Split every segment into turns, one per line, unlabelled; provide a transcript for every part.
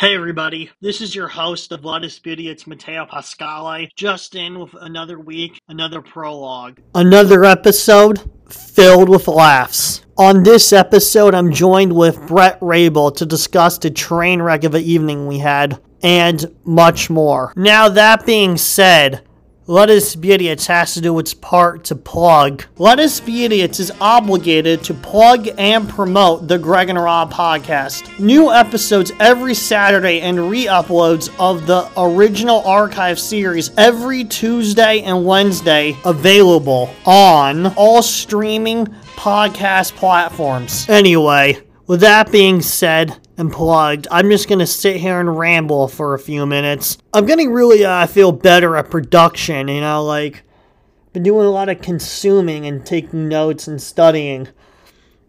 everybody. This is your host of Let Us Beauty. It's Matteo Pascale. Just in with another week, another prologue. Another episode filled with laughs. On this episode, I'm joined with Brett Rabel to discuss the train wreck of an evening we had and much more. Now, that being said, Let Us Be Idiots has to do its part to plug. Let Us Be Idiots is obligated to plug and promote the Greg and Rob podcast. New episodes every Saturday and re uploads of the original archive series every Tuesday and Wednesday available on all streaming podcast platforms. Anyway, with that being said and plugged, I'm just gonna sit here and ramble for a few minutes. I'm getting really, uh, I feel better at production, you know, like, been doing a lot of consuming and taking notes and studying.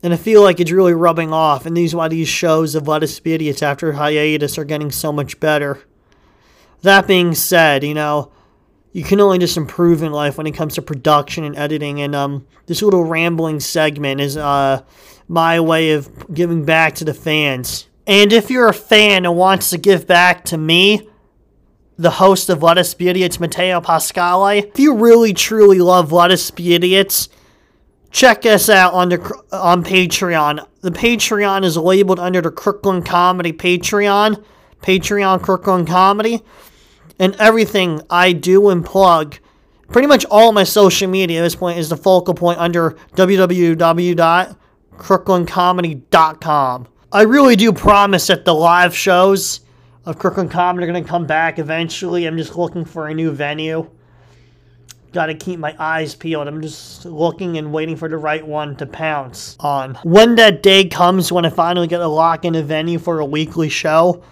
And I feel like it's really rubbing off, and these why these shows of Let Us Be Idiots after hiatus are getting so much better. That being said, you know, you can only just improve in life when it comes to production and editing. And um, this little rambling segment is uh, my way of giving back to the fans. And if you're a fan and wants to give back to me, the host of Let Us Be Idiots, Matteo Pascale, if you really truly love Let Us Be Idiots, check us out on the Cr- on Patreon. The Patreon is labeled under the Crooklyn Comedy Patreon, Patreon Crooklyn Comedy and everything I do and plug, pretty much all my social media at this point is the focal point under www.crooklyncomedy.com. I really do promise that the live shows of Crooklyn Comedy are going to come back eventually. I'm just looking for a new venue. Got to keep my eyes peeled. I'm just looking and waiting for the right one to pounce on. When that day comes, when I finally get to lock in a venue for a weekly show,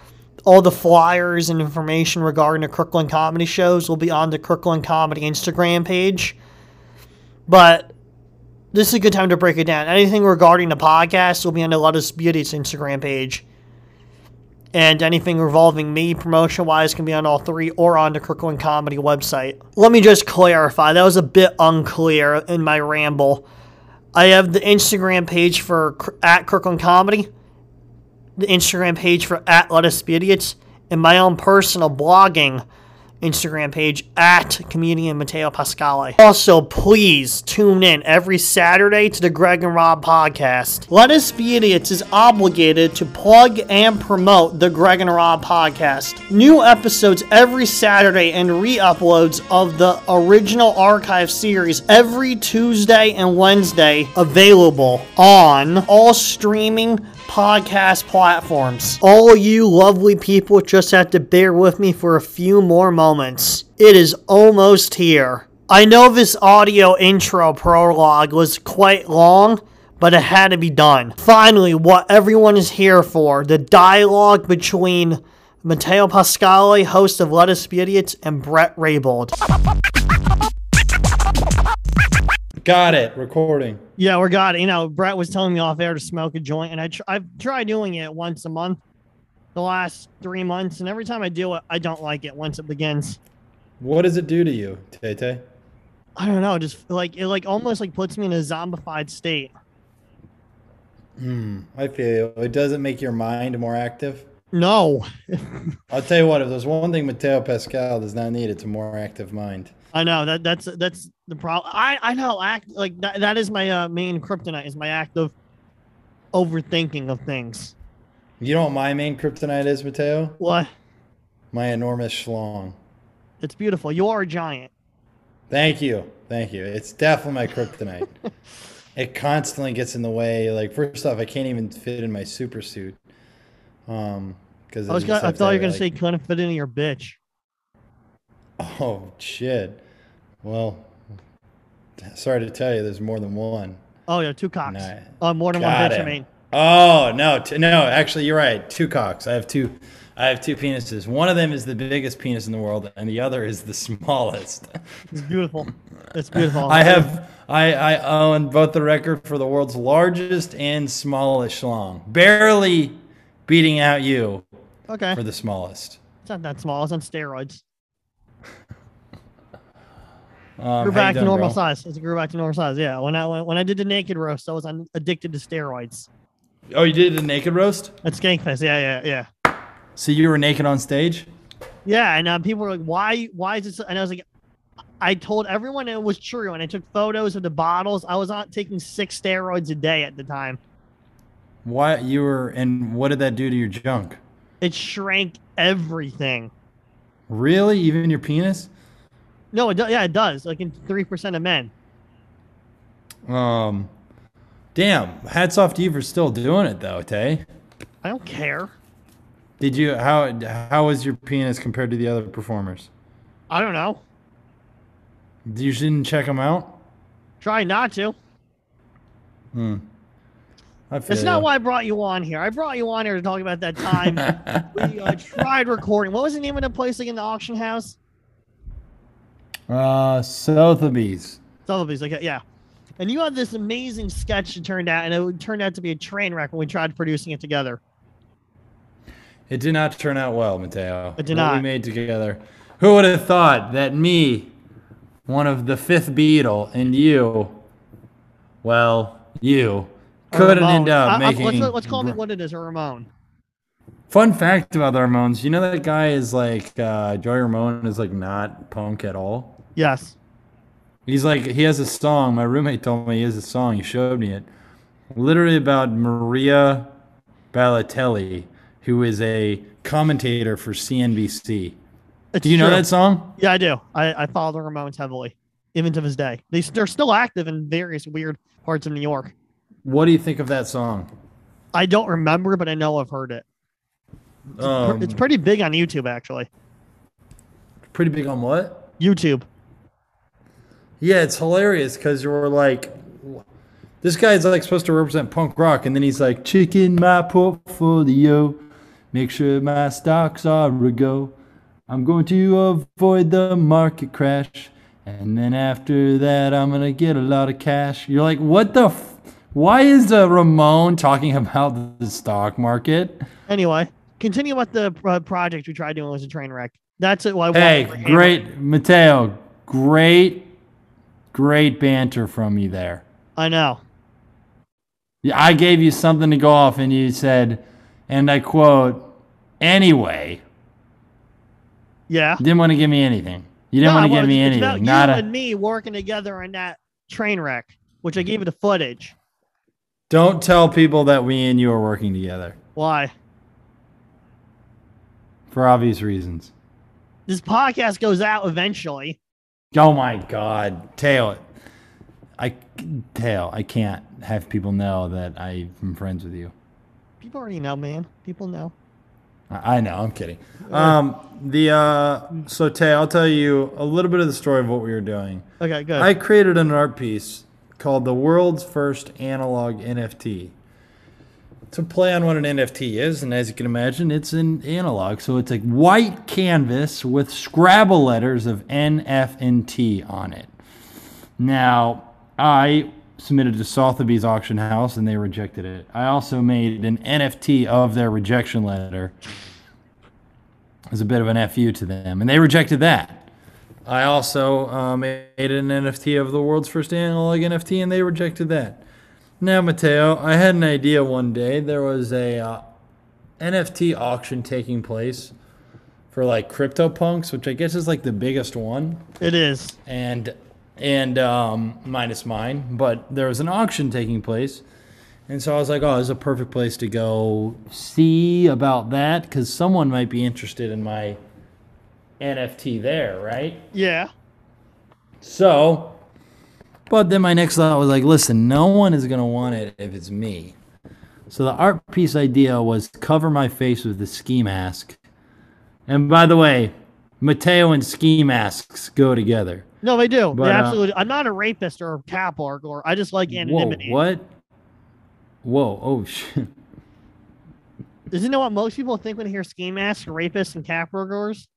all the flyers and information regarding the Kirkland comedy shows will be on the Kirkland comedy Instagram page. But this is a good time to break it down. Anything regarding the podcast will be on the Let Us Beauty's Instagram page. And anything revolving me promotion wise can be on all three or on the Kirkland Comedy website. Let me just clarify that was a bit unclear in my ramble. I have the Instagram page for Cr- at Kirkland Comedy the Instagram page for at Let Us Be Idiots, and my own personal blogging Instagram page at comedian Matteo Pascale. Also, please tune in every Saturday to the Greg and Rob podcast. Let Us Be Idiots is obligated to plug and promote the Greg and Rob podcast. New episodes every Saturday and re uploads of the original archive series every Tuesday and Wednesday available on all streaming podcast platforms. All you lovely people just have to bear with me for a few more moments. It is almost here. I know this audio intro prologue was quite long, but it had to be done. Finally, what everyone is here for the dialogue between Matteo Pascale, host of Let Us Be Idiots, and Brett Raybold.
Got it. Recording.
Yeah, we're got it. You know, Brett was telling me off air to smoke a joint, and I tr- I've tried doing it once a month, the last three months, and every time I do it, I don't like it once it begins.
What does it do to you, Tay Tay?
I don't know, just like it, like almost like puts me in a zombified state.
Hmm. I feel you. it doesn't make your mind more active.
No,
I'll tell you what. If there's one thing Mateo Pascal does not need, it's a more active mind.
I know that that's that's the problem. I I know act like that, that is my uh, main kryptonite is my act of overthinking of things.
You know what my main kryptonite is, Mateo?
What?
My enormous schlong.
It's beautiful. You are a giant.
Thank you. Thank you. It's definitely my kryptonite. it constantly gets in the way. Like first off, I can't even fit in my super suit. Um, because
I was gonna, I thought you were gonna say couldn't fit into your bitch.
Oh shit. Well, sorry to tell you, there's more than one.
Oh yeah, two cocks.
Nah.
Uh, more than one
Got
bitch. I
it.
mean,
Oh no, t- no. Actually, you're right. Two cocks. I have two. I have two penises. One of them is the biggest penis in the world, and the other is the smallest.
it's beautiful. It's beautiful.
I have. I, I own both the record for the world's largest and smallest schlong, barely beating out you
okay.
for the smallest.
It's not that small. It's on steroids.
Um, how
grew
you
back to
doing,
normal
bro?
size. It grew back to normal size. Yeah. When I when, when I did the naked roast, I was on, addicted to steroids.
Oh, you did a naked roast?
At Skankfest. Yeah, yeah, yeah.
So you were naked on stage?
Yeah, and uh, people were like, "Why? Why is this?" And I was like, "I told everyone it was true, and I took photos of the bottles. I was on taking six steroids a day at the time.
Why you were and what did that do to your junk?
It shrank everything.
Really? Even your penis?
No, it do- yeah, it does. Like in three percent of men.
Um Damn, hats off to you for still doing it though, Tay.
I don't care.
Did you how how was your penis compared to the other performers?
I don't know.
You didn't check them out?
Try not to.
Hmm. I
That's
feel
not
ya.
why I brought you on here. I brought you on here to talk about that time we uh, tried recording. What was the name of the place again? The auction house?
uh, Sotheby's.
Sotheby's. Like, yeah. And you had this amazing sketch that turned out, and it turned out to be a train wreck when we tried producing it together.
It did not turn out well, Mateo.
It did
What
not.
We made together. Who would have thought that me, one of the fifth Beatle, and you, well, you,
A
couldn't
Ramon.
end up
I- I-
making.
let's, let's call it what it is, a Ramon.
Fun fact about the Ramones: you know that guy is like uh, Joey Ramone is like not punk at all.
Yes.
He's like he has a song. My roommate told me he has a song. He showed me it. Literally about Maria Balotelli, who is a commentator for CNBC.
It's
Do you know
true.
that song?
Yeah, I do. I, I follow the Ramones heavily, even to this day. They, s- they're still active in various weird parts of New York.
What do you think of that song?
I don't remember, but I know I've heard it.
Um,
it's pretty big on YouTube, actually.
pretty big on what?
YouTube.
Yeah, it's hilarious because you were like, this guy's like supposed to represent punk rock, and then he's like, chicken my portfolio, make sure my stocks are a go. I'm going to avoid the market crash, and then after that, I'm gonna get a lot of cash. You're like, what the? F- Why is uh, Ramon talking about the stock market?
Anyway, continue with the uh, project we tried doing was a train wreck. That's it. Why? why
Hey,
we're hammered.
great, Mateo, great, great banter from you there.
I know.
Yeah, I gave you something to go off, and you said, and I quote, anyway.
Yeah.
You didn't want to give me anything. You
No,
didn't want to
well,
give me
it's- it's
anything.
About
Not
you
a,
and me working together on that train wreck, which I gave you the footage.
don't tell people that we and you are working together
Why?
for obvious reasons.
This podcast goes out eventually.
Oh my God, Tail. I Tail. I can't have people know that I'm friends with you.
People already know, man. People know.
I I know, I'm kidding. Um, the uh, so Tay, I'll tell you a little bit of the story of what we were doing.
Okay, good.
I created an art piece called the world's first analog NFT. To play on what an NFT is, and as you can imagine, it's an analog. So it's a white canvas with Scrabble letters of N, F, and T on it. Now, I submitted to Sotheby's auction house and they rejected it. I also made an NFT of their rejection letter as a bit of an FU to them, and they rejected that. I also uh, made an NFT of the world's first analog NFT, and they rejected that. Now, Mateo, I had an idea one day. There was a uh, NFT auction taking place for like CryptoPunks, which I guess is like the biggest one
it is.
and and um, minus mine, but there was an auction taking place, and so I was like, "Oh, this is a perfect place to go see about that because someone might be interested in my NFT there, right?"
Yeah.
So, but then my next thought was like, "Listen, no one is gonna want it if it's me." So the art piece idea was cover my face with the ski mask, and by the way, Mateo and ski masks go together.
No, they do.
But,
they
uh,
absolutely. I'm not a rapist or a cap orc, or I just like anonymity.
Whoa, what? Whoa, oh shit.
Isn't that what most people think when they hear ski masks, rapists, and cat burglars?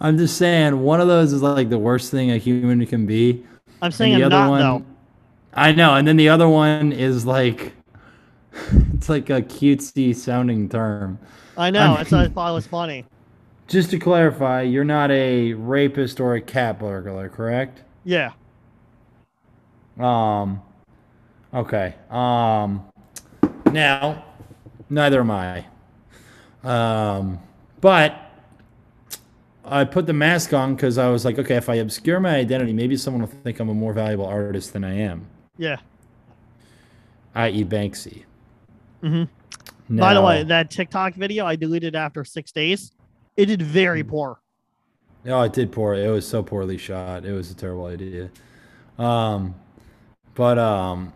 I'm just saying, one of those is like the worst thing a human can be.
I'm saying
And the
I'm
other
not
one,
though.
I know. And then the other one is like, it's like a cutesy sounding term.
I know. That's what I thought was funny.
Just to clarify, you're not a rapist or a cat burglar, correct?
Yeah.
Um, Okay. Um, now, neither am I. Um, but I put the mask on because I was like, okay, if I obscure my identity, maybe someone will think I'm a more valuable artist than I am,
Yeah.
i.e., Banksy.
hmm
No.
By the way, that TikTok video I deleted after six days. It did very
Hmm.
poor.
Oh, it did poor. It was so poorly shot. It was a terrible idea. Um, but um,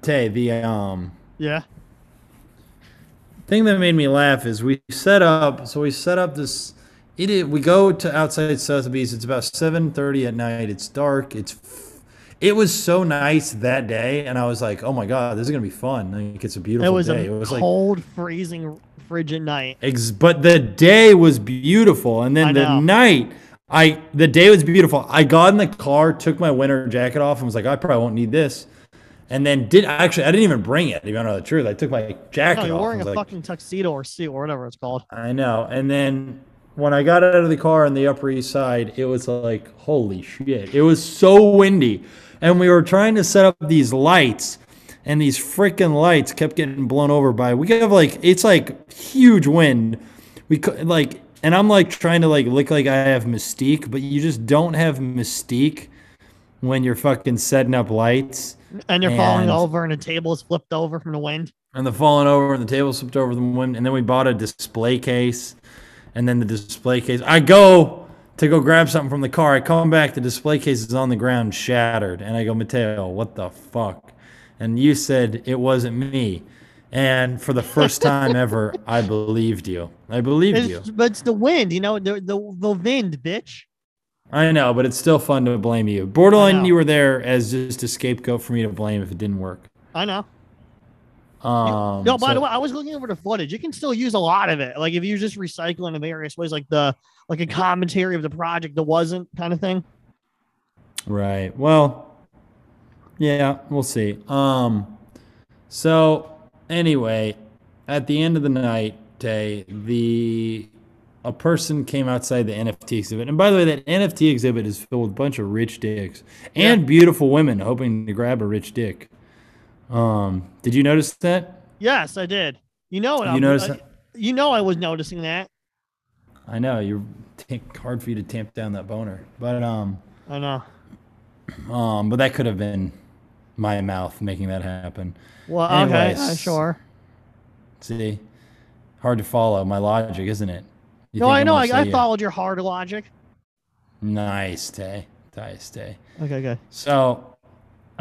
Tay, the um
Yeah.
thing that made me laugh is we set up. So we set up this. It is, we go to outside Sotheby's. It's about seven thirty at night. It's dark. It's f- it was so nice that day, and I was like, oh my god, this is gonna be fun. Like it's a
It
beautiful
was
day.
a
it was like
cold, freezing, frigid night.
Ex- but the day was beautiful, and
I
then
know.
the night, I the day was beautiful. I got in the car, took my winter jacket off, and was like, I probably won't need this. And then did actually, I didn't even bring it. If you want to know the truth, I took my jacket
No, you're
off.
wearing
I,
a
was like,
fucking tuxedo or suit or whatever it's called.
I know. And then when I got out of the car on the Upper East Side, it was like, holy shit! It was so windy, and we were trying to set up these lights. And these freaking lights kept getting blown over by. We have like it's like huge wind, we cou- like and i'm like trying to like look like i have mystique but you just don't have mystique when you're fucking setting up lights
And you're falling
And-
over, and a table is flipped over from the wind.
and the falling over and the table slipped over the wind and then we bought a display case and then the display case i go to go grab something from the car i come back the display case is on the ground shattered and i go mateo what the fuck and you said it wasn't me and for the first time ever i believed you i believed you
It's, but it's the wind, you know, the, the the wind, bitch.
I know, but it's still fun to blame you.
I know.
Borderline, you were there as just a scapegoat for me to blame if it didn't work.
I know.
Um,
No, by
so-
the way, I was looking over the footage. You can still use a lot of it. Like if you just recycle in various ways, like the like a commentary of the project that wasn't kind of thing.
right. Well, yeah, we'll see. Um, so anyway, at the end of the night day, the a person came outside the NFT exhibit, and by the way, that NFT exhibit is filled with a bunch of rich dicks and beautiful women hoping to grab a rich dick. Um, did you notice that?
Yes, I did. You know what?
You
I'm-
noticed
I-
that?
You know I was noticing that.
I know you're t- hard for you to tamp down that boner, but um,
I know.
um, but that could have been my mouth making that happen.
Well, okay, uh,
Anyways,
sure.
See, hard to follow my logic, isn't it? You
No,
think
I
I'm
know.
gonna
I, I
say-
followed your hard logic.
Nice day, nice day.
Okay, good.
So,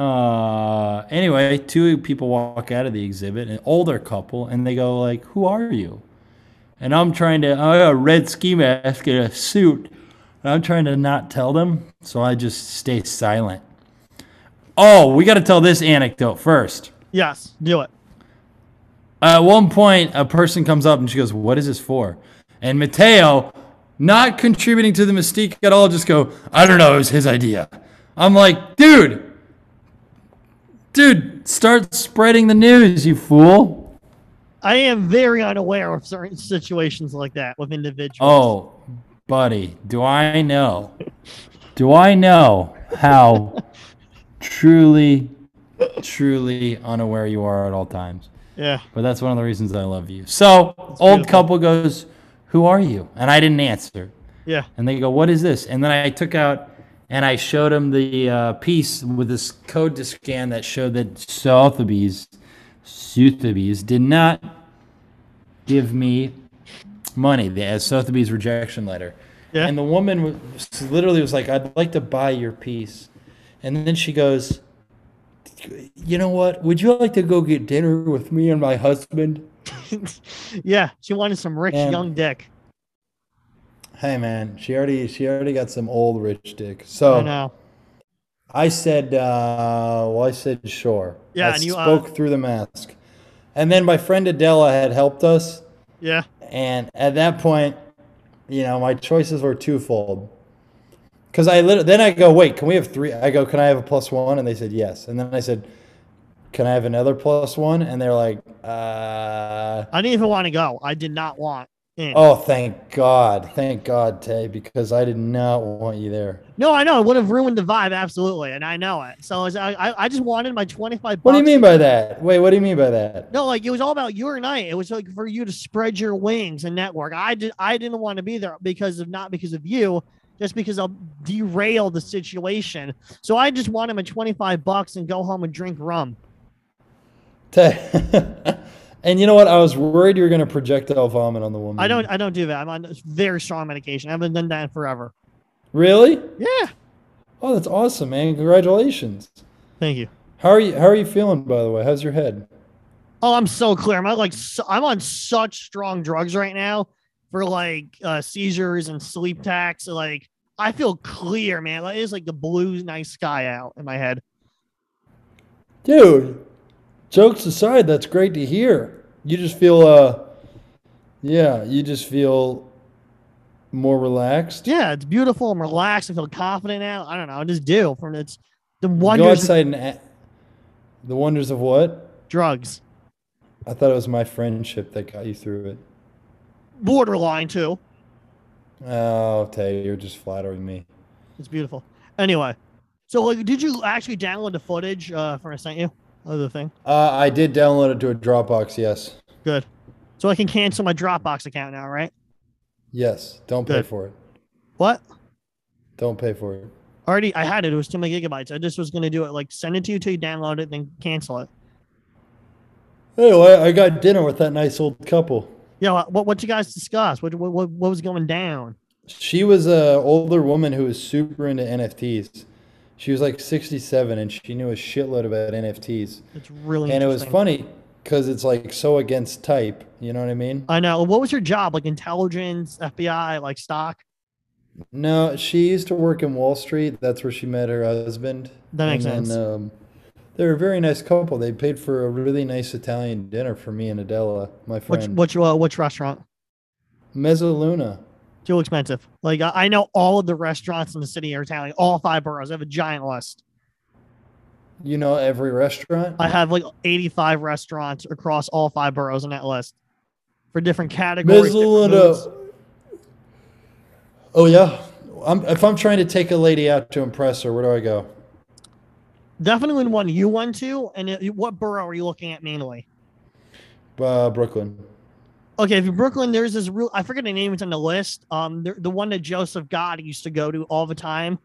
uh, anyway, two people walk out of the exhibit, an older couple, and they go like, "Who are you?" And I'm trying to, I got a red ski mask and a suit, and I'm trying to not tell them, so I just stay silent. Oh, we got to tell this anecdote first.
Yes, do it.
Uh, At one point, a person comes up and she goes, "What is this for?" And Mateo, not contributing to the mystique at all, just go, "I don't know. It was his idea." I'm like, "Dude, dude, start spreading the news, you fool!"
I am very unaware of certain situations like that with individuals.
Oh, buddy, do I know? Do I know how truly, truly unaware you are at all times?
yeah.
But that's one of the reasons I love you. So, old
beautiful.
couple goes, Who are you? And I didn't answer.
Yeah.
And they go, What is this? And then I took out and I showed them the uh, piece with this code to scan that showed that Sotheby's, Sotheby's did not give me money, the Sotheby's rejection letter.
Yeah.
And the woman was, literally was like, I'd like to buy your piece. And then she goes, You know what? Would you like to go get dinner with me and my husband?
yeah. She wanted some rich
And-
young dick.
Hey man, she already she already got some old rich dick.
I
So
know.
I said, uh, well, I said sure.
Yeah,
I
and you, uh,
spoke through the mask, and then my friend Adela had helped us,
Yeah.
and at that point, you know, my choices were twofold. Because I literally, then I go, wait, can we have three? I go, can I have a plus one? And they said yes. And then I said, can I have another plus one? And they're like, uh,
I didn't even want to go. I did not want in.
Oh, thank God. Thank God, Tay, because I did not want you there.
No, I know it would have ruined the vibe absolutely, and I know it. So it's- I, I, I just wanted my twenty five.
What do you mean by that? Wait, what do you mean by that?
No, like it was all about your night. It was like for you to spread your wings and network. I did. I didn't want to be there because of not because of you, just because I'll derail the situation. So I just wanted my twenty five bucks and go home and drink rum.
Tay. and you know what? I was worried you were going to projectile vomit on the woman.
I don't. I don't do that. I'm on very strong medication. I haven't done that in forever.
Really?
Yeah.
Oh, that's awesome, man. Congratulations.
Thank you.
How are you how are you feeling by the way? How's your head?
Oh, I'm so clear. I'm on, like so, I'm on such strong drugs right now for like uh, seizures and sleep tax. Like I feel clear, man. Like, it's like the blue night sky out in my head.
Dude, jokes aside, that's great to hear. You just feel uh yeah, you just feel more relaxed.
Yeah, it's beautiful. I'm relaxed. I feel confident now. I don't know. I just do from it's the
Go
wonders of
outside and a- the wonders of what?
drugs.
I thought it was my friendship that got you through it.
Borderline too.
Oh, Tay, you're just flattering me.
It's beautiful. Anyway, so like, did you actually download the footage uh, from I sent you? Other thing,
Uh, I did download it to a Dropbox, yes.
good. So I can cancel my Dropbox account now, right?
Yes. Don't pay
Good.
for it.
What?
Don't pay for it.
Already, I had it. It was too many gigabytes. I just was gonna do it. Like, send it to you till you download it, then cancel it.
Anyway, I got dinner with that nice old couple.
Yeah. what? What you guys discussed? What? What? What what was going down?
She was a older woman who was super into NFTs. She was like 67 and she knew a shitload about NFTs.
It's really.
And it was
interesting.
funny because it's like so against type, you know what I mean?
I know. What was your job? Like intelligence, FBI, like stock.
No, she used to work in Wall Street. That's where she met her husband.
That makes
And then,
sense.
um, they were a very nice couple. They paid for a really nice Italian dinner for me and Adela, my
Which
friend.
which uh, which restaurant?
Mezzaluna.
Too expensive. Like I, I know all of the restaurants in the city are Italian. All five boroughs. I have a giant list.
You know every restaurant?
I have like eighty-five restaurants across all five boroughs in that list for different categories. different moods.
Mezzaluna. Oh yeah. I'm, if I'm trying to take a lady out to impress her, where do I go?
Definitely one you went to, and it, what borough are you looking at mainly?
Uh, Brooklyn.
Okay, if you're Brooklyn, there's this real. I forget the name. It's on the list. Um, the, the one that Joseph Gotti used to go to all the time.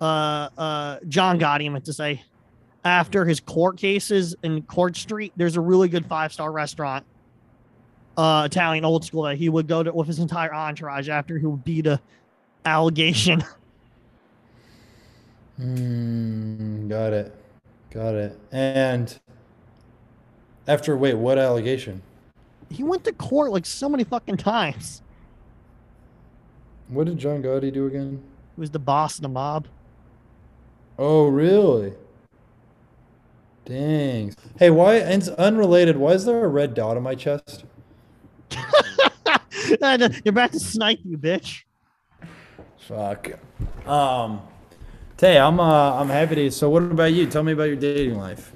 Uh, uh, John Gotti, I meant to say. After his court cases in Court Street, there's a really good five star restaurant, uh, Italian old school that he would go to with his entire entourage after he would beat a allegation.
Mm, got it. Got it. And after wait, what allegation?
he went to court like so many fucking times.
What did John Gotti do again?
He was the boss of the mob.
Oh, really? Dang. Hey, why? And it's unrelated. Why is there a red dot on my chest?
You're back to snipe you, bitch.
Fuck. Um, Tay, I'm uh, I'm happy to. So, what about you? Tell me about your dating life.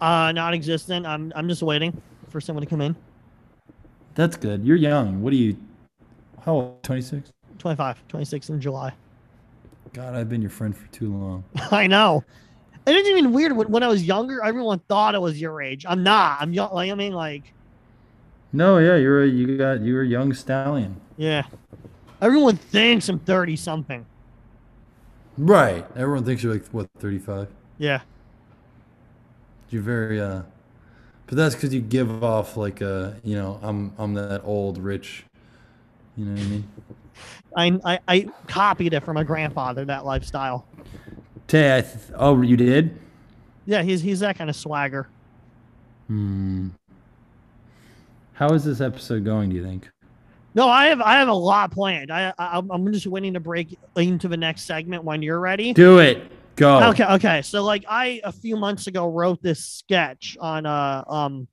Uh, non-existent. I'm I'm just waiting for someone to come in.
That's good. You're young. What are you? How old? 26.
25, 26 in July.
God, I've been your friend for too long.
I know. And it's even weird when, when I was younger, everyone thought I was your age. I'm not. I'm young. Like I mean, like
No, yeah, you're a you got you're a young stallion.
yeah. Everyone thinks I'm 30 something.
Right. Everyone thinks you're like what 35.
Yeah.
You're very uh, but that's because you give off like a you know I'm I'm that old rich. You know what I mean?
I I, I copied it from my grandfather that lifestyle.
Tay, I th- oh you did.
Yeah, he's he's that kind of swagger.
Hmm. How is this episode going? Do you think?
No, I have I have a lot planned. I, I I'm- I'm just waiting to break into the next segment when you're ready.
Do it. Go.
Okay, okay. So like I a few months ago wrote this sketch on uh um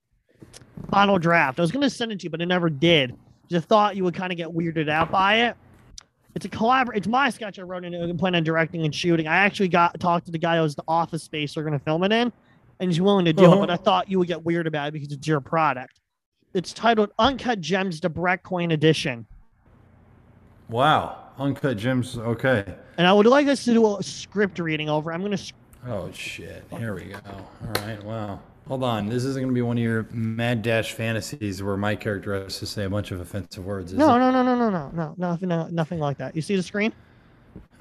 final draft. I was gonna send it to you, but I never did. Just thought you would kind of get weirded out by it. It's a collabor it's my sketch I wrote and I plan on directing and shooting. I actually got talked to the guy who was the office space we're gonna film it in and he's willing to do
Uh-huh.
it, but I thought you would get weird about it because it's your product. It's titled Uncut Gems: The Brett Coin Edition.
Wow. Uncut gems. Okay.
And I would like us to do a script reading over. I'm gonna. s-
Oh shit. Here we go. All right. Wow. Hold on. This isn't gonna be one of your mad dash fantasies where my character has to say a bunch of offensive words. Is
No,
it?
no, no, no, no, no, no, nothing, no, nothing like that. You see the screen?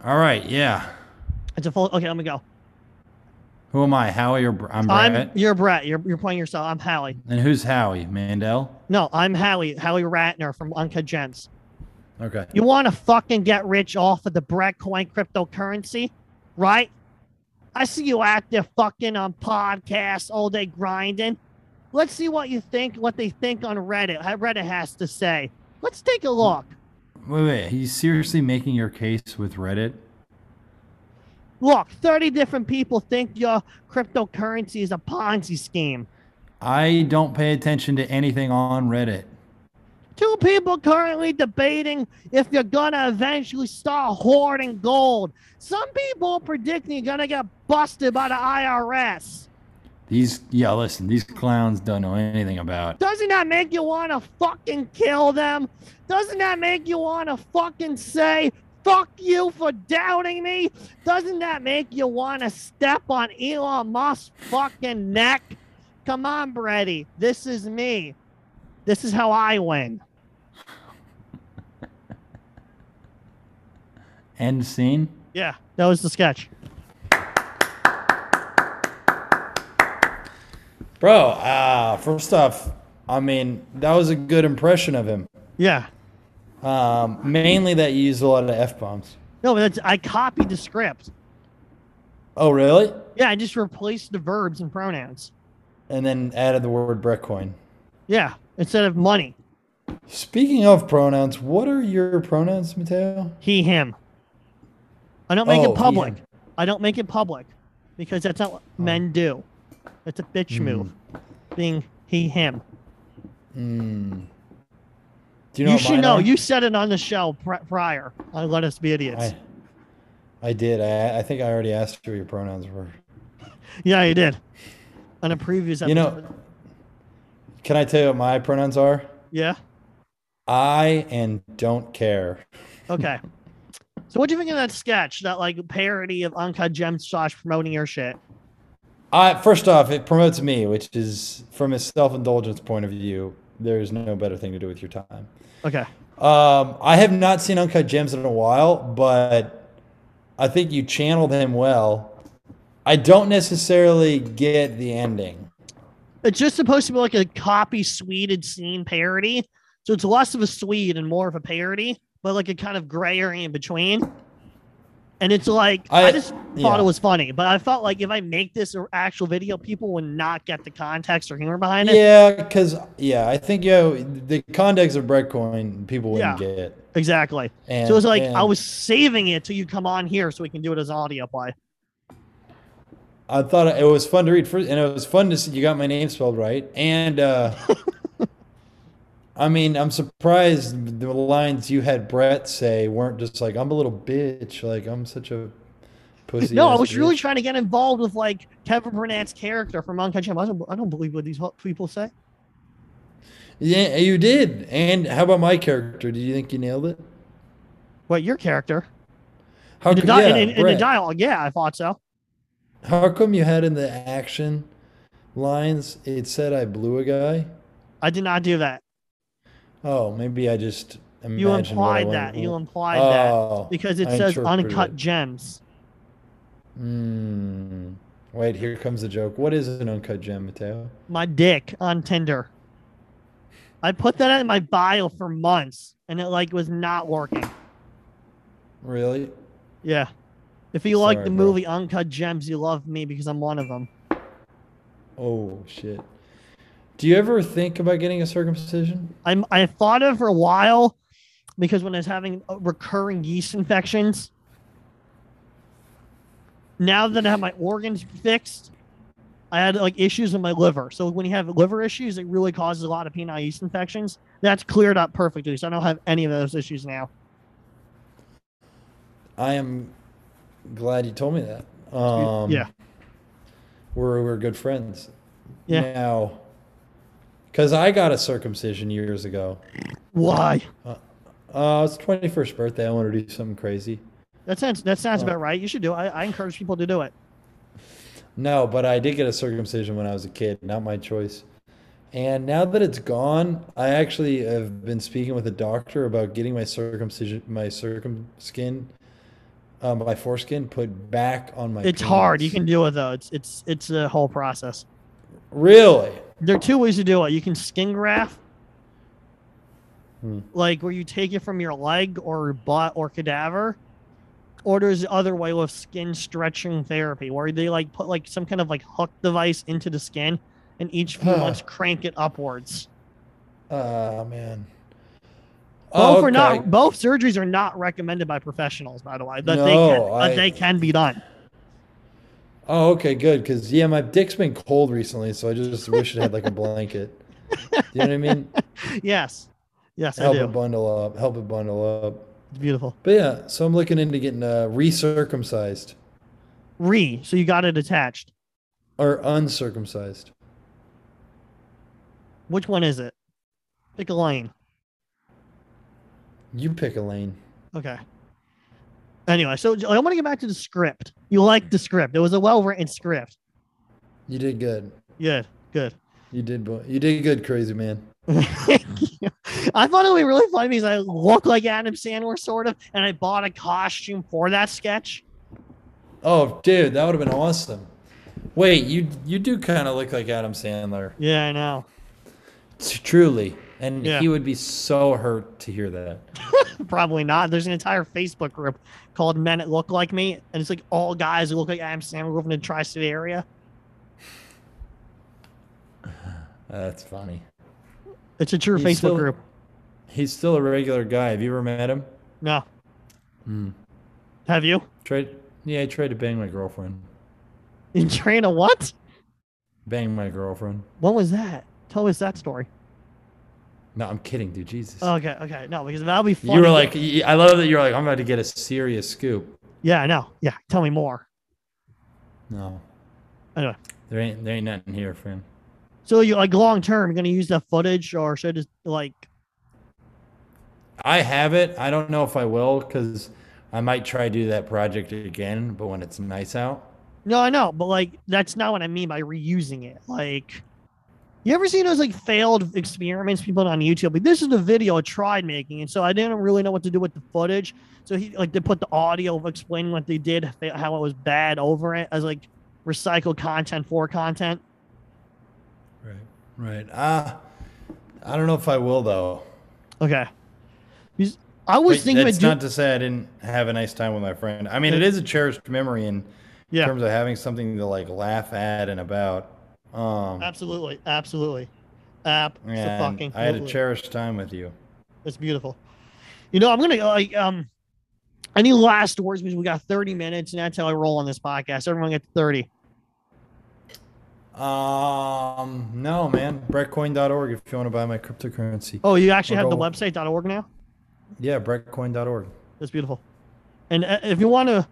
All right. Yeah.
It's a full. Okay, let me go.
Who am I? Howie or Br- I'm
I'm.
Brett?
You're Brett. You're you're playing yourself. I'm Hallie.
And who's Howie? Mandel.
No, I'm Hallie. Hallie Ratner from Uncut Gems.
Okay.
You want to fucking get rich off of the Brett coin cryptocurrency, right? I see you out there fucking on podcasts all day grinding. Let's see what you think, what they think on Reddit. How Reddit has to say. Let's take a look.
Wait, wait. He's seriously making your case with Reddit.
Look, 30 different people think your cryptocurrency is a Ponzi scheme.
I don't pay attention to anything on Reddit.
Two people currently debating if you're gonna eventually start hoarding gold. Some people are predicting you're gonna get busted by the IRS.
These, yeah, listen, these clowns don't know anything about.
Doesn't that make you wanna fucking kill them? Doesn't that make you wanna fucking say, fuck you for doubting me? Doesn't that make you wanna step on Elon Musk's fucking neck? Come on, Brady. This is me. This is how I win.
End scene.
Yeah, that was the sketch.
Bro, uh, first off, I mean, that was a good impression of him.
Yeah.
Um, mainly that you used a lot of F bombs.
No, but that's I copied the script.
Oh, really?
Yeah, I just replaced the verbs and pronouns.
And then added the word Breckcoin.
Yeah, instead of money,
Speaking of pronouns, what are your pronouns, Mateo?
he, him. I don't make
Oh,
it
he,
public.
him.
I don't make it public because that's not what
Oh.
men do. That's a
Hmm.
bitch move. Being he, him.
Hmm. Do
You,
what
should
mine
know.
are?
You said it on the show pri prior on Let Us Be Idiots.
I, I did. I, I think I already asked you what your pronouns were.
Yeah, you did. On a previous episode.
You know, can I tell you what my pronouns are?
yeah.
I and don't care.
Okay. so, what do you think of that sketch? That like parody of Uncut Gems slash promoting your shit.
I first off, it promotes me, which is from a self-indulgence point of view, there's no better thing to do with your time.
Okay.
Um, I have not seen Uncut Gems in a while, but I think you channeled him well. I don't necessarily get the ending.
it's just supposed to be like a copy Swede scene parody. So it's less of a Swede and more of a parody, but like a kind of gray area in between. And it's like I,
I-
just thought
yeah.
it was funny, but I felt like if I make this an actual video, people would not get the context or humor behind it.
Yeah, because yeah, I think yo the context of Breadcoin people wouldn't
Yeah.
get.
Exactly.
And,
so it's like I
and
was saving it till you come on here so we can do it as an audio play.
I thought it was fun to read first, and it was fun to see you got my name spelled right. And uh, I mean, I'm surprised the lines you had Brett say weren't just like "I'm a little bitch," like "I'm such a pussy."
No, I
ass
was really
bitch."
trying to get involved with like Kevin Burnett's character from Uncut Gems. I don't, I don't believe what these ho- people say.
Yeah, you did. And how about my character? Do you think you nailed it?
What your character?
How
In the,
co-
di-
yeah,
in- in- in the
Brett.
dialogue, yeah, I thought so.
How come you had in the action lines it said I blew a guy?
I did not do that.
Oh, maybe I just imagined
You
what I
implied that.
wanted-
You implied
Oh,
that because it
I
says
interpreted
uncut
it.
gems.
Mm. Wait, here comes the joke. What is an uncut gem, Mateo?
My dick on Tinder. I put that in my bio for months, and it like was not working.
Really?
Yeah. If you like
Sorry,
the
bro.
movie Uncut Gems, you love me because I'm one of them.
Oh shit. Do you ever think about getting a circumcision?
I'm I thought of it for a while because when I was having uh, recurring yeast infections. Now that I have my organs fixed, I had like issues with my liver. So when you have liver issues, it really causes a lot of penile yeast infections. That's cleared up perfectly, so I don't have any of those issues now.
I am glad you told me that. Um,
yeah,
we're we're good friends.
Yeah.
Now, Because I got a circumcision years ago.
Why?
Uh, it's 21st birthday. I wanted to do something crazy.
That sounds that sounds
uh,
about right. You should do. It. I, I encourage people to do it.
No, but I did get a circumcision when I was a kid, not my choice. And now that it's gone, I actually have been speaking with a doctor about getting my circumcision, my circum skin, um, my foreskin put back on my.
It's hard. You
penis.
can do it though. It's it's it's a whole process.
really.
There are two ways to do it. You can skin graft,
Hmm.
like where you take it from your leg or butt or cadaver, or there's the other way with skin stretching therapy, where they like put like some kind of like hook device into the skin, and each few
Huh.
months crank it upwards.
Oh man.
Both are
okay.
not. Both surgeries are not recommended by professionals, by the way. That they
No,
can, that
I-
they can be done.
Oh, okay, good. Because yeah, my dick's been cold recently, so I just wish it had like a blanket. Do you know what I mean?
Yes, yes, I
Help
do.
it bundle up. Help it bundle up.
It's beautiful.
But yeah, so I'm looking into getting uh, recircumcised
Re, so you got it attached.
or uncircumcised.
Which one is it? Pick a lane.
You pick a lane.
Okay. Anyway, so I want to get back to the script. You liked the script. It was a well written script.
You did good.
Good, good.
You did. bo- You did good, crazy man.
I thought it would be really funny because I look like Adam Sandler, sort of, and I bought a costume for that sketch.
Oh, dude, that would have been awesome. Wait, you you do kind of look like Adam Sandler,
Yeah, I know.
T- truly, and
Yeah.
he would be so hurt to hear that.
Probably not. There's an entire Facebook group called Men That Look Like Me, and it's like all guys who look like Adam Sandler who live in the tri state area.
Uh, That's funny.
It's a true
He's
Facebook
still-
group.
He's still a regular guy. Have you ever met him?
No. Have you?
Tried, yeah, I tried to bang my girlfriend.
In China, what?
Bang my girlfriend.
What was that? Tell us that story.
No, I'm kidding, dude. Jesus.
Okay, okay. No, because that'll be fun.
you were like, y- I love that you're like, I'm about to get a serious scoop.
yeah, I know. Yeah, tell me more.
No,
Anyway,
there ain't there ain't nothing here, friend.
so you like long term, you're gonna use that footage, or should I just like,
I have it. I don't know if I will because I might try to do that project again, but when it's nice out.
no, I know, but like that's not what I mean by reusing it. Like, you ever seen those like failed experiments people do on YouTube? Like, this is the video I tried making, and so I didn't really know what to do with the footage. So he like they put the audio of explaining what they did, how it was bad over it as like recycled content for content.
Right. Right. Ah, I don't know if I will though.
Okay. Because I was
But
thinking
that's
about do-
not to say I didn't have a nice time with my friend. I mean, it is a cherished memory in
Yeah.
terms of having something to like laugh at and about. Um,
absolutely, absolutely, app.
and
fucking.
I had a cherished time with you.
It's beautiful. You know, I'm gonna like um. Any last words? Because we got 30 minutes, and that's how I roll on this podcast. Everyone gets 30.
Um, no, man. Brettcoin.org if you want to buy my cryptocurrency.
Oh, you actually have the
Roll.
website.org now.
Yeah, brettcoin.org.
That's beautiful. And uh, if you want to,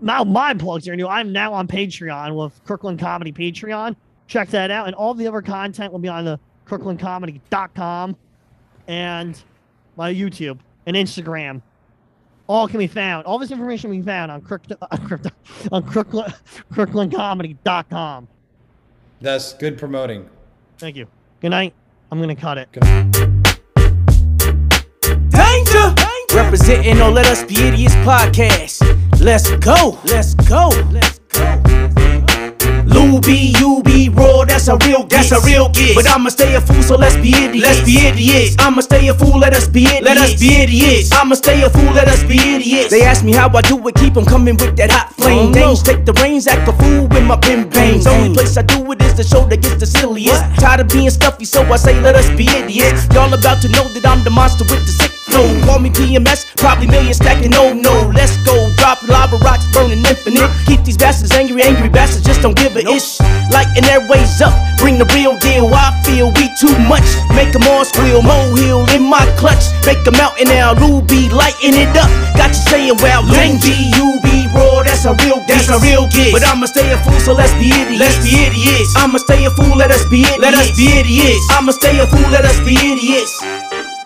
now my plugs are new. I'm now on Patreon with Kirkland Comedy Patreon. Check that out. And all the other content will be on the kirklandcomedy.com and my YouTube and Instagram. All can be found. All this information can be found on crypto, uh, crypto on Kirkland, kirklandcomedy.com.
That's good promoting.
Thank you. Good night. I'm going to cut it.
danger. Representing or let us be idiots podcast. Let's go. Let's go. Let's go. Lou B, you be raw, that's a real giz.
That's a real giz.
But I'ma stay a fool, so let's be idiots.
Let's be idiots.
I'ma stay a fool, let us be idiots.
Let us be idiots.
I'ma stay a fool, let us be idiots. They ask me how I do it, keep 'em coming with that hot flame.
Oh, no.
Dames take the reins, act a fool with my pin pains.
Bang,
Only
bang.
place I do it is the show that gets the silliest.
What?
Tired of being stuffy, so I say let us be idiots. Y'all about to know that I'm the monster with the sick flow. Call me PMS, probably million stacking. No, no, let's go. Drop lava rocks, burning infinite. Keep these bastards angry, angry bastards just don't give a ish. Lighten their ways up, bring the real deal. I feel we too much. Make them all squeal, molehill in my clutch. Make them out in our ruby, lighten it up. Got you saying, well, Lang B, you be raw, that's a real
That's a real kiss.
But I'ma stay a fool, so let's be idiots.
Let's be idiots.
I'ma stay a fool, let us be idiots.
Let us be idiots.
I'ma stay a fool, let us be idiots.